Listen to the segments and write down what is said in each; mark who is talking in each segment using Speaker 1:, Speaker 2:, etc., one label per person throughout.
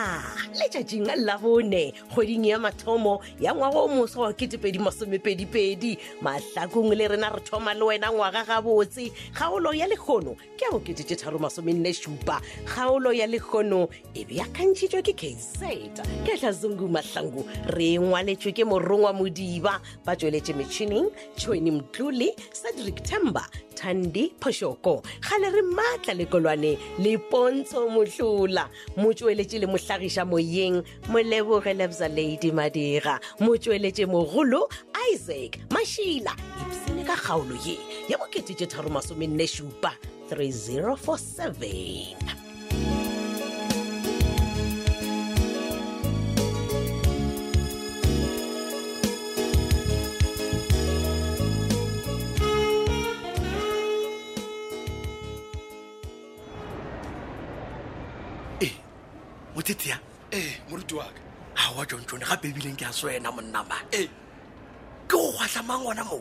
Speaker 1: ka etšatšing a labone kgweding ya mathomo ya ngwaga o moso wa ketepedimasomepedipedi mahlakong le rena re thoma le wena ngwaga gabotse kgaolo ya lekgono ke a boketetše tharomesomenne šupa kgaolo ya lekgono e beakantšhitšwe ke caseta ke tlhazungu mahlangu re e ngwaletšwe ke morongwa modiba ba tsweletše metšhining tšhweni mtlole cedric temba thandi phošoko gale re maatla lekolwane le pontsho motlola motsweletše le mohlagiša moyeng moleboge lebza ladi madira motsweletše mogolo isaac mašila ipsene ka kgaolo ye ya boketee tharomesomenne šupa 3047
Speaker 2: o tetea
Speaker 3: ee moruti waka
Speaker 2: ga Eh, wa tsontšone gape ebileng ke a swena monnama
Speaker 3: ee
Speaker 2: Eh, ke go gwatlha mang gona moo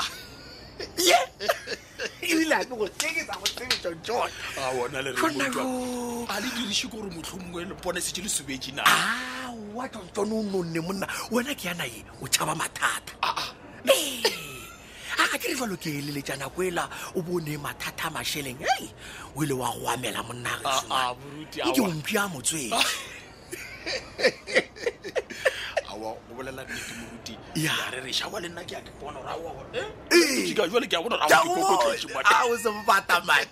Speaker 2: ye ebile a ke go teketsa go tsebe tsontšone
Speaker 3: a bona Ah, le re
Speaker 2: Go nna
Speaker 3: moruti waka.
Speaker 2: yo.
Speaker 3: a le diriše gore motlhomongwe lepone setse le sobetse na
Speaker 2: a wa tsontšone o nonne monna wena ke yana ye o tšhaba mathata
Speaker 3: Aa.
Speaker 2: ee a ga ke re jalo ke eleletša nako ela o bone mathata a mašheleng ei o ile wa go amela monna
Speaker 3: Aa,
Speaker 2: gesoma
Speaker 3: moruti
Speaker 2: e ke ompia a motsweng
Speaker 3: Ah. awa go bolela nnete moruti
Speaker 2: Ya.
Speaker 3: Ya re re šawa le nna ke a ke bona gore awa
Speaker 2: Ee.
Speaker 3: ka jale Eh, ke a bona
Speaker 2: Ja,
Speaker 3: raokokotlotse
Speaker 2: o- a o sebata mane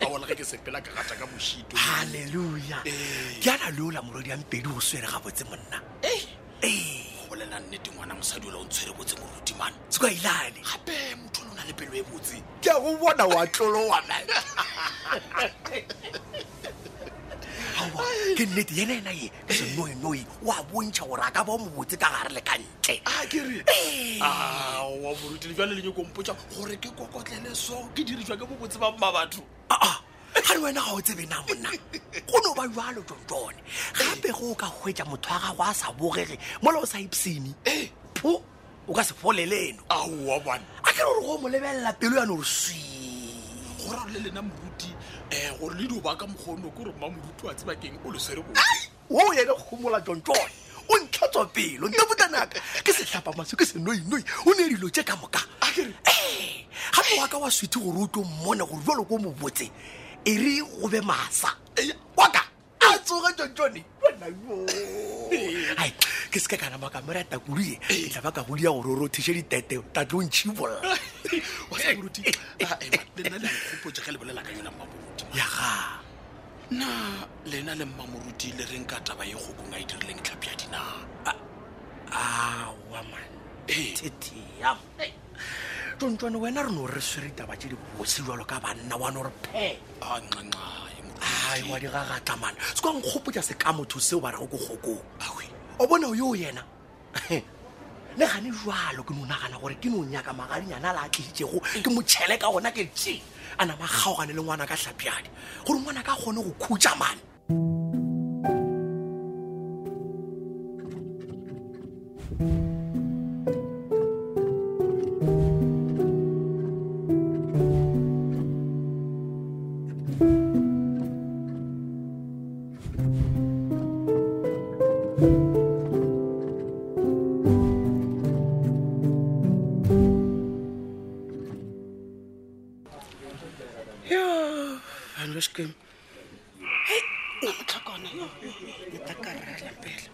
Speaker 3: aola ge ke sepela ka gata ka mošito
Speaker 2: halleluja
Speaker 3: Ee.
Speaker 2: ke ana leola morodi ampedi o swere gabotse monna ee
Speaker 3: go bolela nnete ngwana mosadi ola o ntshwere botse moruti mane
Speaker 2: sekwa ilane
Speaker 3: gape motho ole o na le pelo e botse
Speaker 2: ke a go bona wa tlolowana aa ke nnete yena ena ye ka senoinoi oa bontšha gore a ka bao mobotse ka gare le ka ntle
Speaker 3: a kere
Speaker 2: Ee.
Speaker 3: awa moruti jale le nyekompotsa gore ke kokotlele so ke dirijwa ke bobotse ba mma batho
Speaker 2: aa ga ah, le wena ga o tsebe na monna go no ba jalo tsontsone gape go o ka hwetsa motho wa gago a sa bogege mola o sa ipsene pho o ka se fole leno
Speaker 3: aowa bane
Speaker 2: a ke re gore go mo lebelela pelo yane gore swii
Speaker 3: gora le lena moruti um gore le dio baka mokgono ke gore mma moruti wa tsebakeng o leswere bo
Speaker 2: Ah, wo yene kgomola tsontsone o ntlhatswa pelo nna botanaka ke sehlapamaso ke senoinoi o ne dilo tse ka moka
Speaker 3: Akere.
Speaker 2: ee gape wa ka wa swithe gore o tlo mmone gore jalo ko mo botse e re go be masa waka a tsoge tsontsone ai ke se ka kana makamera takodie ke tla ba ka godia gore o rothise ditete tatlo ntšhi bolla
Speaker 3: wasamoruti Ah, eh, le nna le mokgopotse ge le bolela ka yona mma moruti
Speaker 2: ya ga
Speaker 3: na lena le mma moruti le reng ka taba ye kgokong a e dirileng tlhapi ya dinaa
Speaker 2: awa Eh.
Speaker 3: Ee.
Speaker 2: manthetea tsontsone wena re no re swere ditaba tse di bose jalo ka banna wane gore phe
Speaker 3: Eh, a nqanqae
Speaker 2: ai wa
Speaker 3: moruti
Speaker 2: di gagatlamana se ka nkgopotsa se ka motho seo ba rego ko kgokong o bona o yo yena le gane jalo ke no nagana gore ke no nyaka magadinyana a le a tlisitsego ke motšhele ka gona ke tse a nama a kgaogane le ngwana ka tlhapiadi gore ngwana ka kgone go khutsa mane
Speaker 4: anloskem hei namotlhokona netakarala mpela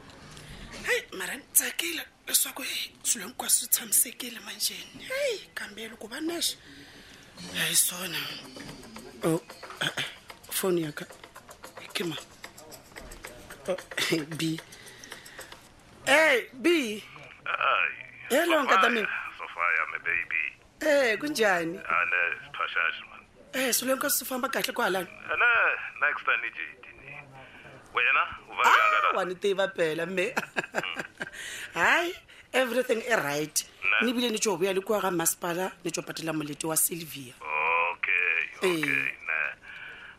Speaker 4: hei mara ni tsakile leswaku hei e swilo hinkwaswo swi tshamisekile manjheni hei kambelo ku va naxi hayi swona o a-a, foni ya ka kima b ey b
Speaker 5: Hayi.
Speaker 4: hello nkata mina
Speaker 5: Sofia my baby.
Speaker 4: e kunjhani
Speaker 5: Ana phashash uh, man.
Speaker 4: e swilo hinkwaswo swi famba kahle kwahalani
Speaker 5: Ana next time nje dini. Wena uva
Speaker 4: Ah, wa
Speaker 5: ngala.
Speaker 4: ni tiva phela mme hayi everything e right
Speaker 5: Ne.
Speaker 4: ni bile ni tso boya le kua ga masepala ni tso patela molete wa sylvia
Speaker 5: Okay, okay.
Speaker 4: Eh.
Speaker 5: Na.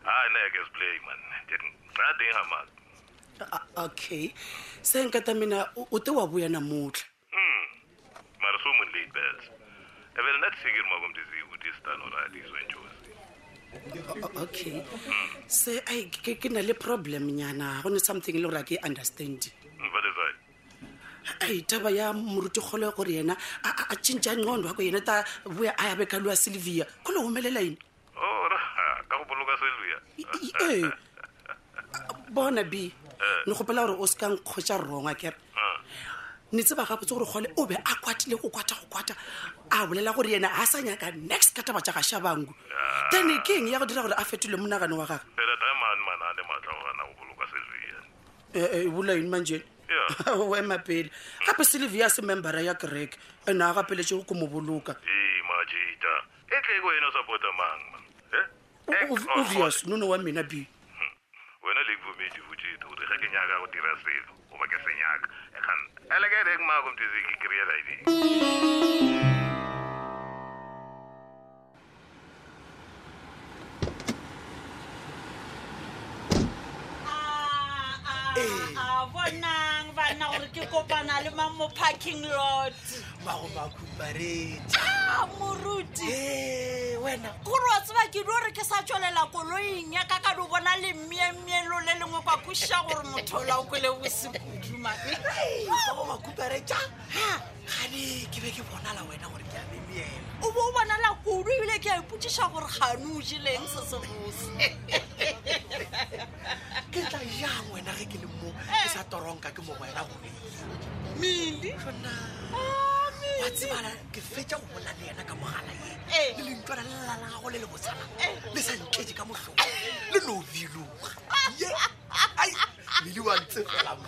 Speaker 5: Ah, na ke play man. Didn't that thing hama.
Speaker 4: Ah, okay se nkata mina o- o te wa boya namutlha
Speaker 5: Hmm. Eh, Mara so mun late bed. Evel net sigir magom dizi uti stan ora dizo enjozi.
Speaker 4: O- Ah, okay se ai, ke ke na le problemnyana go ne something e le gore a ke e understand
Speaker 5: What is that?
Speaker 4: ai taba ya morutikgolo gore yena a a- a tšhintša nqondo ako yena ta boya a ya beka le wa sylvia go le gomelela ene
Speaker 5: Oh, ra- ka go boloka Sylvia.
Speaker 4: I- i- ee bona b Eh, ne gopela gore o se ka nkgotsa rongwa kere ne tseba gapotse gore kgole o be a kwatile go kwata go kwata a ah, bolela gore yena ga sa nyaka next ka taba tja ga shabangu then ke eng ya go dira gore a fetole monagano wa gage
Speaker 5: Phela time man man a le matla go gana go boloka Sylvia.
Speaker 4: ee bolaeng manjene
Speaker 5: Yeah.
Speaker 4: oemapele gape sylvia se membera ya kereke ande a gapeletsego ko mo boloka
Speaker 5: Ee, majita. E tle go eno support-a mang man? Eh? Eh, oh,
Speaker 4: obvious none wa mina b
Speaker 5: wena le kumedi futhi tore ga ke nyaka go dira selo goba ke se nyaka e kan elekere ke mako mtse ke create idea
Speaker 6: Ah, bonang banna gore ke kopana le mang mo parking lot
Speaker 2: magomakumarete
Speaker 6: a moruti
Speaker 2: wena
Speaker 6: gore Ah, wa tseba ke dio re ke sa tswelela koloing ya ka ka do bona le mmeemmelo le lengwe kwa koša gore motho ola o kwele bosekuduma
Speaker 2: magomakumareta gane ke be ke bonala wena gore ke amemiela
Speaker 6: o bo o bonala kudu ebile ke a ipotsiša gore gane o jeleng se sebose
Speaker 2: ke tla jang wena ge ke le mo ke sa toronka ke mo wena gore
Speaker 6: mmele Ah,
Speaker 2: wa tsebala ke fetsa go bola le yena ka mogala
Speaker 6: Eh.
Speaker 2: e le lentlwana le lela la gago le le botshana
Speaker 6: Eh.
Speaker 2: le sa nketse ka motlhong le no viloga ye ai mmele wa ntse fela mo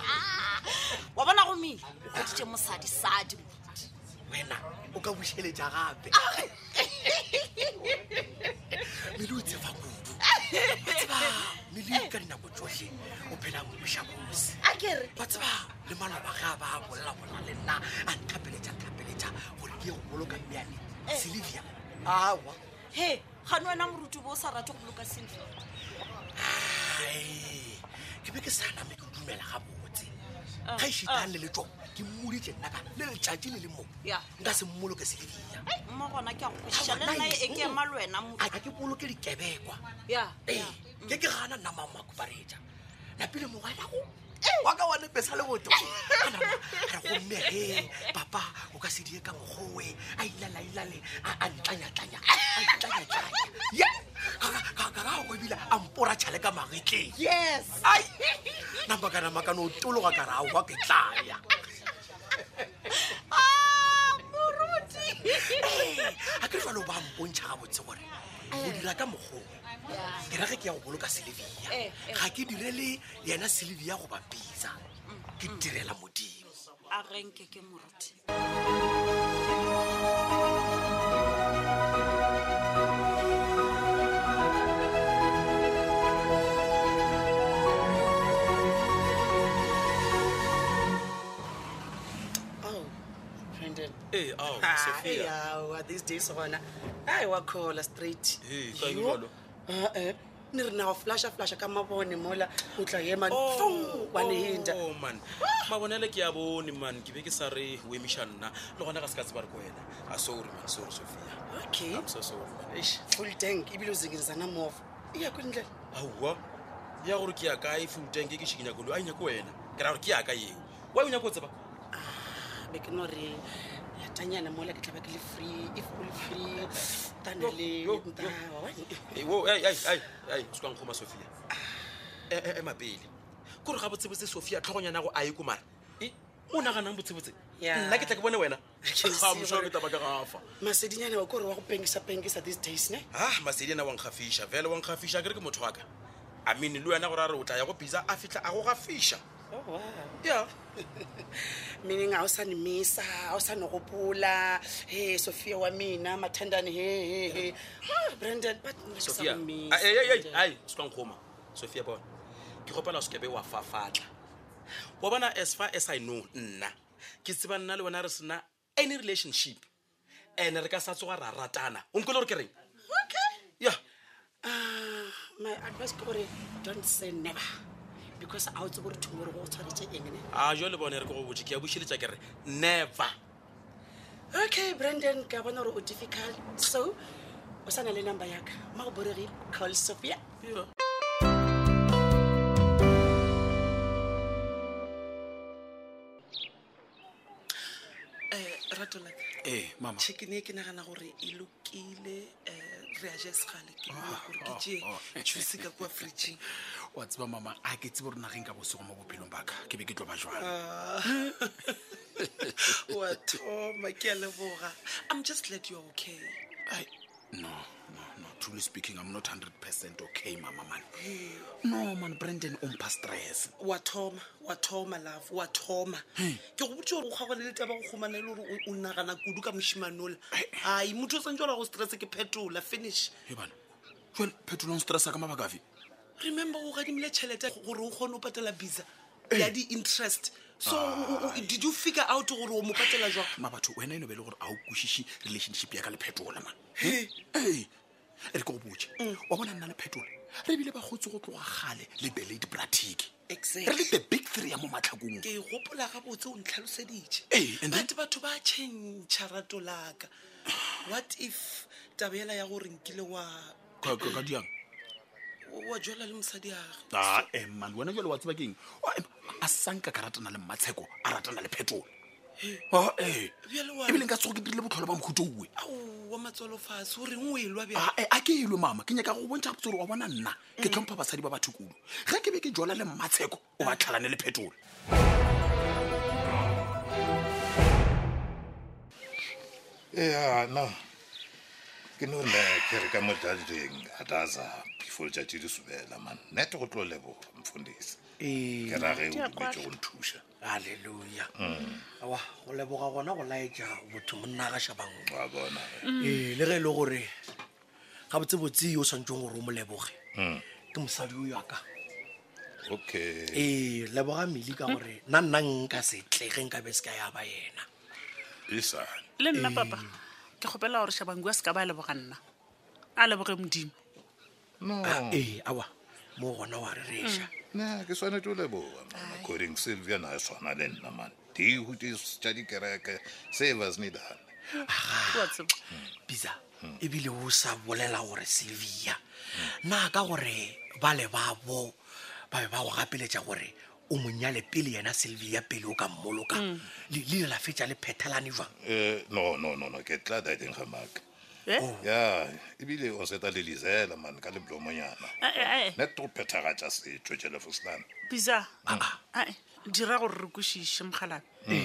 Speaker 6: wa bona go mmele o goditše mosadisadi moruti
Speaker 2: wena o ka bušeletša gape mmele o tsefa kudu wa tseba mmele ka dinako tsotlhe o phela moša bose
Speaker 6: a kere
Speaker 2: wa tseba le maloba ge a ba a bolela bona le nna a nkapeletša nkapeletša gore ke ye go boloka mmeane selivia awa
Speaker 6: he gane wena moruti o bo o sa rate go boloka selfie
Speaker 2: Ai, ke be ke saname ke dumela gabotse
Speaker 6: Ah,
Speaker 2: ga e šitang le letso ke mmoditše nnaka le letšatši le le mo
Speaker 6: Ya.
Speaker 2: nka se mmolo ke selivia
Speaker 6: mo gona ke a go kwešiša le
Speaker 2: Aowa,
Speaker 6: nna
Speaker 2: nine.
Speaker 6: e ke ema le wena mo
Speaker 2: a ka ke boloke dikebekwa
Speaker 6: ya
Speaker 2: ee
Speaker 6: ya.
Speaker 2: ke ke gana namang makuparetša napile mogwanago
Speaker 6: Ee.
Speaker 2: wa ka wa nepesa le boto re gomme ge papa o ka se die ka mogowe a ilalailale a ntlanyatlanya a ntlanyatlanya ye kakagao ebile a mporatšhale ka magetleng
Speaker 6: yes
Speaker 2: ai namakanamaka no tologa ka re a wa ke tlaya a ke jalo ba mpontšha gabotse gore o dira ka mokgong ke rage ke ya go boloka
Speaker 6: Eh,
Speaker 2: selivia
Speaker 6: eh.
Speaker 2: ga ke direle yena selivia go bapisa ke
Speaker 6: Mm.
Speaker 2: direla modimo
Speaker 6: a renke ke moruti
Speaker 3: Eh,
Speaker 7: ee ao sophia
Speaker 4: awa these days gona ai wa cola straight
Speaker 7: Ee, ka eng
Speaker 4: Yo. eh,
Speaker 7: jwalo?
Speaker 4: Ah-eh. ne re nago flasha flasha ka mabone mola o tla ema
Speaker 7: Oh,
Speaker 4: fung wa nehinda
Speaker 7: oh, man mabonele ke a bone man ke be ke sa re o emiša nna le gona ga se ka tseba re ko wena
Speaker 3: Ah,
Speaker 7: a sorry man sorry sophia
Speaker 4: okay
Speaker 7: i'm so sorry man Eish.
Speaker 4: full tank ebile o zingirizana mofa eya ko ndlela
Speaker 7: aowa ya gore ke yaka e fultanke ke šhikinya kolo a inyako wena ke ra gore ke yaka eo wa o nyako o tseba
Speaker 4: be ke no re latanyana mola ke tlaba ke le free if o le free tane
Speaker 7: Yo,
Speaker 4: le
Speaker 7: yo,
Speaker 4: nta-
Speaker 7: yo.
Speaker 4: wai.
Speaker 7: Ei, wo, ei, ei, ei, ei, o se ka nkgoma sophia E- e- ema pele ke gore ga botsebotse sophia tlhogonyana go a ye komara e o naganang botsebotse
Speaker 4: Ya.
Speaker 7: nna ke tla ke bone wena
Speaker 4: Ke
Speaker 7: Ga mošwa
Speaker 4: seo.
Speaker 7: ke taba ka gafa
Speaker 4: masedinyana wa kore wa go pengisa pengisa these days ne
Speaker 7: a masedi ena wa nkgafiša fela wa nkgafiša ke re ke motho wa ka a mene le wena gore a re o tla ya go bisa a fitlha a go gafiša
Speaker 4: Oh,
Speaker 7: ya
Speaker 4: meaning ga o sa nemisa ga o sa ne gopola he sophia wa mina mathandane he he he Ah, brandon but nna ke sa
Speaker 7: sophia Ah, eh,
Speaker 4: mmisa,
Speaker 3: Ah,
Speaker 7: ai, ai, ai,
Speaker 4: Brandon.
Speaker 7: ai, o se ka nkgoma sophia bona ke gopela o sekebe wa fafatla wa bona as far as i know nna ke tseba nna le wena re sena any relationship and-e re ka sa tsoga ra ratana o nkole gore ke reng ya
Speaker 4: Ah, my advice ke gore don't say never because a o tse gore thomore go go tshwaretse eng ne
Speaker 7: a jo le bone re ke go botse ke ya bušeletša ke re never
Speaker 4: okay brandon ka bona gore o difficult so o sa na le number yaka ma go boregile call sophia um ratolaka
Speaker 3: ee Eh, mama
Speaker 4: chicken e ke nagana gore e lokile um re aje segale ke nna gore ke
Speaker 3: oh, oh.
Speaker 4: tee juice ka kwa fridgeng
Speaker 3: wa tseba mama a ke tsebo re nageng ka bosego mo bophelong baka ke be ke tlo ba jwang
Speaker 4: Ah. wa thoma ke a leboga i'm just glad you're okay
Speaker 3: Ai, no no no truly speaking i'm not 100 percent okay mama man no man brandon o mpha stress
Speaker 4: wa thoma wa thoma love wa thoma ke go botse gore o kgagone le taba go kgomane le gore o- o nagana kudu ka mošimanola ai motho o santse ora go stress ke phetola finish
Speaker 3: e bana jale phetolong stressa ka mabakafe
Speaker 4: remember o gadimile tšhelete gore o kgone o patela visa ya di-interest so o- o- o- did you figure out gore o mo patela jwang
Speaker 3: ma batho wena e no be le gore a o kwešiše relationship ya ka le phetola man Eh, ee re ke go botse
Speaker 4: Mm.
Speaker 3: wa bona nna le phetola re bile ba kgotse go tloga gale le belade bratic re le
Speaker 4: exactly
Speaker 3: the big three ya mo matlhakong
Speaker 4: ke gopola gabotse o ntlhaloseditše
Speaker 3: Ee, and then-
Speaker 4: but batho ba changea rato laka what if tabela ya gore nkile wa
Speaker 3: Ka- ka- ka diang
Speaker 4: wa jwala le mosadi age
Speaker 3: a eman eh, wena jale wa tseba keng Wa, em, a sanka ka ratana le matsheko a ratana le phetola Ah, ee
Speaker 4: Bjale wa-
Speaker 3: ebile nka tsego ke dirile botlholo ba mokhuto uwe
Speaker 4: ao wa matswalofatshe o reng o elwa
Speaker 8: Ah,
Speaker 4: bjale
Speaker 3: ae eh, a ke ilwe mama ke nyaka go bontšha botsore wa bona nna ke tlhompha basadi ba batho kudu ge ke be ke jwala le mmatsheko o ba tlhalane le phetola
Speaker 9: ya na ke no nna ke re ka mo jajeng a taa zapi fo letšatši di sobela man nete go tlo leboga mfundisi ke ra ge o dumetse go nthuša
Speaker 2: halleluja
Speaker 9: Mm.
Speaker 2: wa go leboga gona go laetša botho monna ga shabango
Speaker 9: wa bona
Speaker 6: Mm.
Speaker 2: ee le ge e le gore ga botsebotse yo o tshwanetseng gore o mo leboge
Speaker 9: Mm.
Speaker 2: ke mosadi o yaka
Speaker 9: okay
Speaker 2: ee Eh, leboga mele
Speaker 6: Mm.
Speaker 2: ka gore nna nna nka setlege nka be se ka ya ba yena
Speaker 9: isane
Speaker 8: le nna papa ke kgopela gore shabangu a se ka ba a leboga nna a leboge modimo
Speaker 9: no
Speaker 2: Ah, ee awa mo gona wa rereša
Speaker 5: Mm.
Speaker 9: na ke swanetse o leboga man according sylvia na e tshwana le nna man dihuti tša dikereke savers ne dane
Speaker 8: Wa tseba.
Speaker 2: bisa ebile o sa bolela gore sylvia na ka gore ba le babo ba be ba go gapeletša gore o monyale pele yena sylvia pele o ka mmoloka le le la fetša le phethelane jwang
Speaker 9: Eh, no no no no ke tla dateng ga maka
Speaker 8: Eh?
Speaker 9: Oh. ya ebile o seta le lizela man ka leblomonyana
Speaker 8: Ae, ae,
Speaker 9: net go phethagatša setso tšelefosnana
Speaker 8: bisa Ae, dira gore re kwešiše mogalabe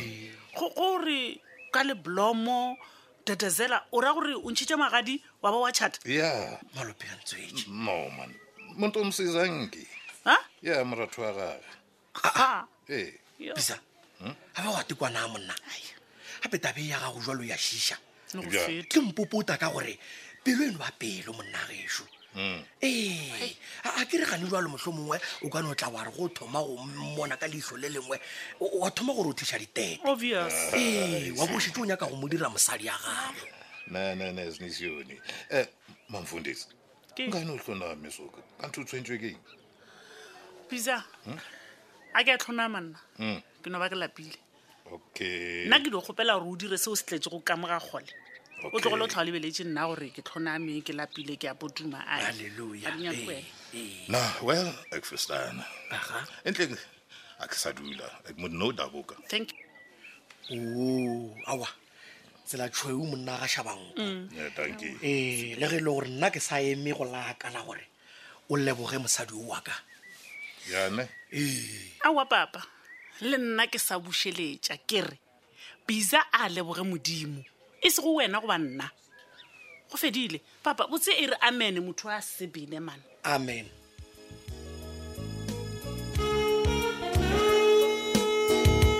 Speaker 8: go gore Ee, ka leblomo datazela o raya gore o ntšhitše magadi wa ba wa chata
Speaker 9: ya
Speaker 2: malopegantswetse
Speaker 9: no man muntu omsizanke
Speaker 8: a
Speaker 9: ya moratho wa gage
Speaker 8: a
Speaker 9: ee
Speaker 2: bisa hmm? ga ba wate kwana monna gape tabe ya gago jalo ya šiša
Speaker 8: no go
Speaker 9: Bjang.
Speaker 8: feta
Speaker 2: ke mpopota ka gore pelo eno ba pelo monna gešo ee a a ke re gane jalo motlho mongwe o kane o tla wa re go thoma go mmona ka leitlho le lengwe o- wa thoma gore o thuša ditete
Speaker 8: obvious
Speaker 2: ee wa bošitse o nyaka go mo dira mosadi ya gago
Speaker 9: nanane zinisioni um mamfundisi
Speaker 8: Ke?
Speaker 9: ngani uhlonami soka kanti uthwentswe keng
Speaker 8: bisa a ke a tlhonama nna ke no ba ke lapile
Speaker 9: okay
Speaker 8: nna ke di kgopela gore o dire se o se tletse go kamoga kgole o
Speaker 9: Okay.
Speaker 8: tlogole o tlhoa lebeletse nna gore ke tlhoname ke lapile ke a potuma ae.
Speaker 2: Hallelujah.
Speaker 8: Ha di nyake
Speaker 3: Eh.
Speaker 8: wena.
Speaker 9: na well akufestana
Speaker 2: aga
Speaker 9: entle akisadula akmuntu nodabuka
Speaker 8: thank you
Speaker 2: oo awa tsela tshweu monna ga shabanko
Speaker 8: Mm.
Speaker 9: Yeah, danki
Speaker 2: ee le ge e le gore nna ke sa eme go lakala gore o leboge mosadi o wa ka
Speaker 9: yane
Speaker 8: aowa papa le nna ke sa bušeletša ke re bisa a leboge modimo e se go wena goba nna go fedile papa botse e re amene motho a sebele mana
Speaker 2: amen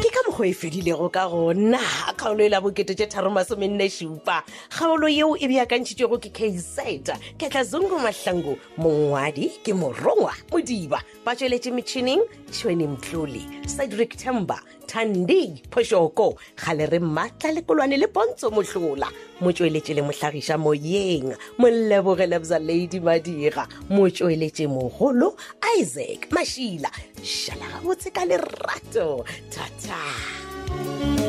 Speaker 1: ke ka mokgwa e fedilego ka gona kgaolo e la bokete tše tharo masomenne e šupa kgaolo yeo e beakantšhitšwego ke caseta ketlazungu mahlangu mongwadi ke morongwa modiba ba tsweletše metšhineng tšhweni mtlole cedric tember tandi phošoko kgale re maatla le kolwane le pontsho mohlola motsweletše le mohlagiša moyeng mollebogelebza ladi madira motsweletše mogolo isaac mašila šala gabotse ka lerato thata